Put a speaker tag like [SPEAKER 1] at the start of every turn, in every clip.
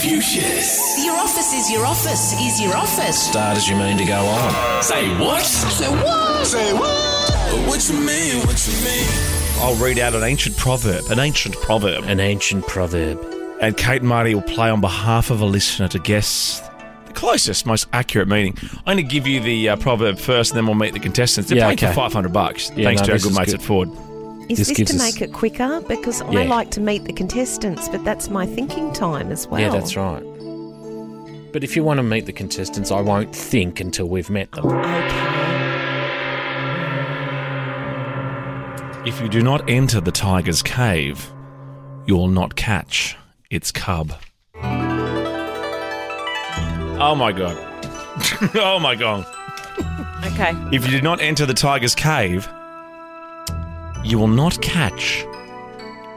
[SPEAKER 1] Confucius.
[SPEAKER 2] Your office is your office is your office.
[SPEAKER 3] Start as you mean to go on.
[SPEAKER 1] Say what? Say what? Say what? What you mean? What you mean?
[SPEAKER 4] I'll read out an ancient proverb, an ancient proverb,
[SPEAKER 5] An ancient proverb.
[SPEAKER 4] and Kate and Marty will play on behalf of a listener to guess the closest, most accurate meaning. I'm going to give you the uh, proverb first, and then we'll meet the contestants. They're
[SPEAKER 5] Yeah,
[SPEAKER 4] playing for
[SPEAKER 5] okay.
[SPEAKER 4] 500 bucks.
[SPEAKER 5] Yeah,
[SPEAKER 4] thanks
[SPEAKER 5] no,
[SPEAKER 4] to our
[SPEAKER 5] this
[SPEAKER 4] good
[SPEAKER 5] is
[SPEAKER 4] mates
[SPEAKER 5] good.
[SPEAKER 4] at Ford.
[SPEAKER 6] Is
[SPEAKER 5] This
[SPEAKER 6] this,
[SPEAKER 5] gives
[SPEAKER 6] to
[SPEAKER 5] us-
[SPEAKER 6] make it quicker? Because I
[SPEAKER 5] Yeah.
[SPEAKER 6] like to meet the contestants, but that's my thinking time as well.
[SPEAKER 5] Yeah, that's right. But if you want to meet the contestants, I won't think until we've met them.
[SPEAKER 6] Okay.
[SPEAKER 4] If you do not enter the tiger's cave, you'll not catch its cub. Oh my god. oh my god.
[SPEAKER 6] Okay.
[SPEAKER 4] If you do not enter the tiger's cave, you will not catch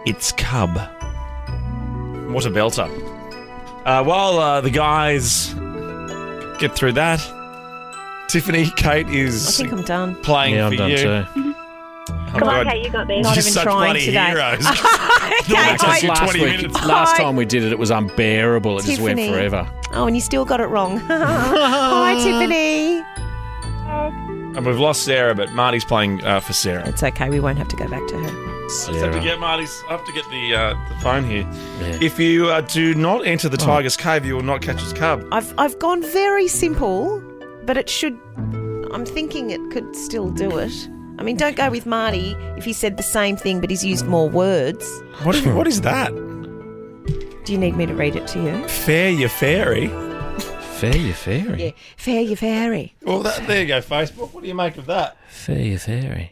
[SPEAKER 4] its cub. What a belter. Uh, while uh, the guys get through that, Tiffany, Kate is
[SPEAKER 6] I think I'm done.
[SPEAKER 4] playing
[SPEAKER 5] yeah,
[SPEAKER 4] for
[SPEAKER 5] I'm done
[SPEAKER 4] you.
[SPEAKER 5] too.
[SPEAKER 4] Oh my
[SPEAKER 7] Come on,
[SPEAKER 4] God.
[SPEAKER 7] Kate, you got this.
[SPEAKER 6] Not
[SPEAKER 4] You're
[SPEAKER 6] even
[SPEAKER 4] such
[SPEAKER 6] trying
[SPEAKER 4] bloody
[SPEAKER 6] today.
[SPEAKER 4] heroes.
[SPEAKER 6] okay,
[SPEAKER 4] Because
[SPEAKER 6] I-
[SPEAKER 4] you
[SPEAKER 5] last,
[SPEAKER 4] 20
[SPEAKER 5] week-
[SPEAKER 4] minutes.
[SPEAKER 5] last time we did it, it was unbearable. It just went
[SPEAKER 6] Tiffany.
[SPEAKER 5] forever.
[SPEAKER 6] Oh, and you still got it wrong. Hi, Tiffany.
[SPEAKER 4] And we've lost Sarah, but Marty's playing uh, for Sarah.
[SPEAKER 6] It's okay. We won't have to go back to her.
[SPEAKER 4] I have to
[SPEAKER 5] Sarah.
[SPEAKER 4] get Marty's. I have to get the uh, the phone here.
[SPEAKER 5] Yeah.
[SPEAKER 4] If you uh, do not enter the tiger's cave, you will not catch its cub.
[SPEAKER 6] I've I've gone very simple, but it should. I'm thinking it could still do it. I mean, don't go with Marty if he said the same thing, but he's used more words.
[SPEAKER 4] What is, what is that?
[SPEAKER 6] Do you need me to read it to you?
[SPEAKER 4] Fair your fairy.
[SPEAKER 5] Fair, you fairy.
[SPEAKER 6] Yeah. Fair, you fairy.
[SPEAKER 4] Well, that, there you go, Facebook. What do you make of that?
[SPEAKER 5] Fair, you fairy.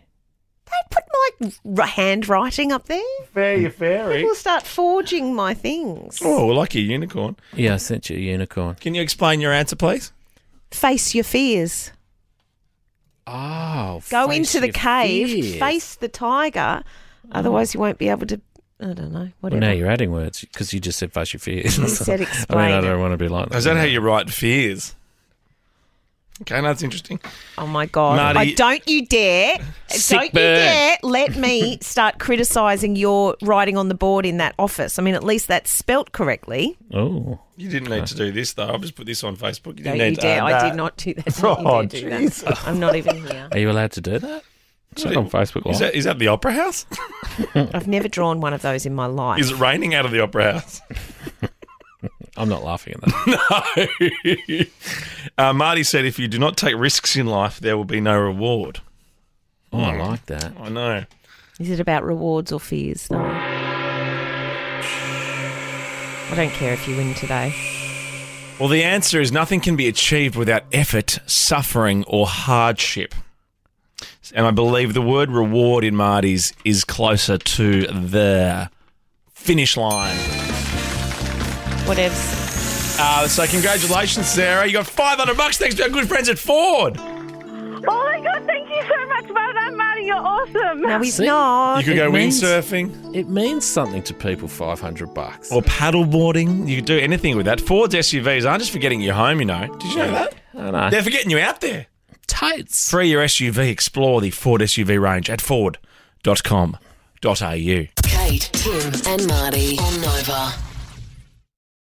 [SPEAKER 6] Put my r- handwriting up there.
[SPEAKER 4] Fair your fairy.
[SPEAKER 6] People start forging my things.
[SPEAKER 4] Oh, like a unicorn.
[SPEAKER 5] Yeah, I sent you a unicorn.
[SPEAKER 4] Can you explain your answer, please?
[SPEAKER 6] Face your fears.
[SPEAKER 5] Oh,
[SPEAKER 6] Go
[SPEAKER 5] face
[SPEAKER 6] into the
[SPEAKER 5] your
[SPEAKER 6] cave.
[SPEAKER 5] fears.
[SPEAKER 6] Face the tiger. Otherwise, you won't be able to. I don't know.
[SPEAKER 5] Well,
[SPEAKER 6] Whatever.
[SPEAKER 5] now you're adding words because you just said face your fears.
[SPEAKER 6] You said
[SPEAKER 5] I mean, I
[SPEAKER 6] explain
[SPEAKER 5] don't
[SPEAKER 6] it.
[SPEAKER 5] want to be like that.
[SPEAKER 4] Is that how you write fears? Okay, that's interesting.
[SPEAKER 6] Oh my god!
[SPEAKER 4] Marty-
[SPEAKER 6] I don't you dare!
[SPEAKER 5] Sick
[SPEAKER 6] don't
[SPEAKER 5] burn.
[SPEAKER 6] you dare let me start criticising your writing on the board in that office. I mean, at least that's spelt correctly.
[SPEAKER 5] Oh,
[SPEAKER 4] You didn't need to do this, though. I've just put this on Facebook. You didn't
[SPEAKER 6] Don't you
[SPEAKER 4] need to
[SPEAKER 6] dare!
[SPEAKER 4] add
[SPEAKER 6] I
[SPEAKER 4] that.
[SPEAKER 6] did not do that. Don't you
[SPEAKER 4] Oh,
[SPEAKER 6] dare do that. I'm not even here.
[SPEAKER 5] are you allowed to do that? It's not on Facebook Live.
[SPEAKER 4] Is that, is that the Opera House?
[SPEAKER 6] I've never drawn one of those in my life.
[SPEAKER 4] Is it raining out of the Opera House?
[SPEAKER 5] I'm not laughing at that.
[SPEAKER 4] No. uh, Marty said, if you do not take risks in life, there will be no reward.
[SPEAKER 5] oh, I like that.
[SPEAKER 4] I know.
[SPEAKER 6] Is it about rewards or fears? though? I don't care if you win today.
[SPEAKER 4] Well, the answer is nothing can be achieved without effort, suffering, or hardship. And I believe the word reward in Marty's is closer to the finish line.
[SPEAKER 6] Whatevs.
[SPEAKER 4] Uh, so, congratulations, Sarah. You got 500 bucks thanks to our good friends at Ford.
[SPEAKER 7] Oh my god, thank you so much. Well done, Marty. You're awesome.
[SPEAKER 6] No, he's
[SPEAKER 5] See?
[SPEAKER 6] not.
[SPEAKER 4] You could go
[SPEAKER 5] it means-
[SPEAKER 4] windsurfing
[SPEAKER 5] It means something to people. Five hundred bucks.
[SPEAKER 4] or paddleboarding. You could do anything with that. Ford's SUVs aren't just for getting you home, you know. Did you know that?
[SPEAKER 5] I don't know.
[SPEAKER 4] They're for getting you out there.
[SPEAKER 5] Totes.
[SPEAKER 4] Free your SUV. Explore the Ford SUV range at ford.com.au.
[SPEAKER 2] Kate, Tim, and Marty on Nova.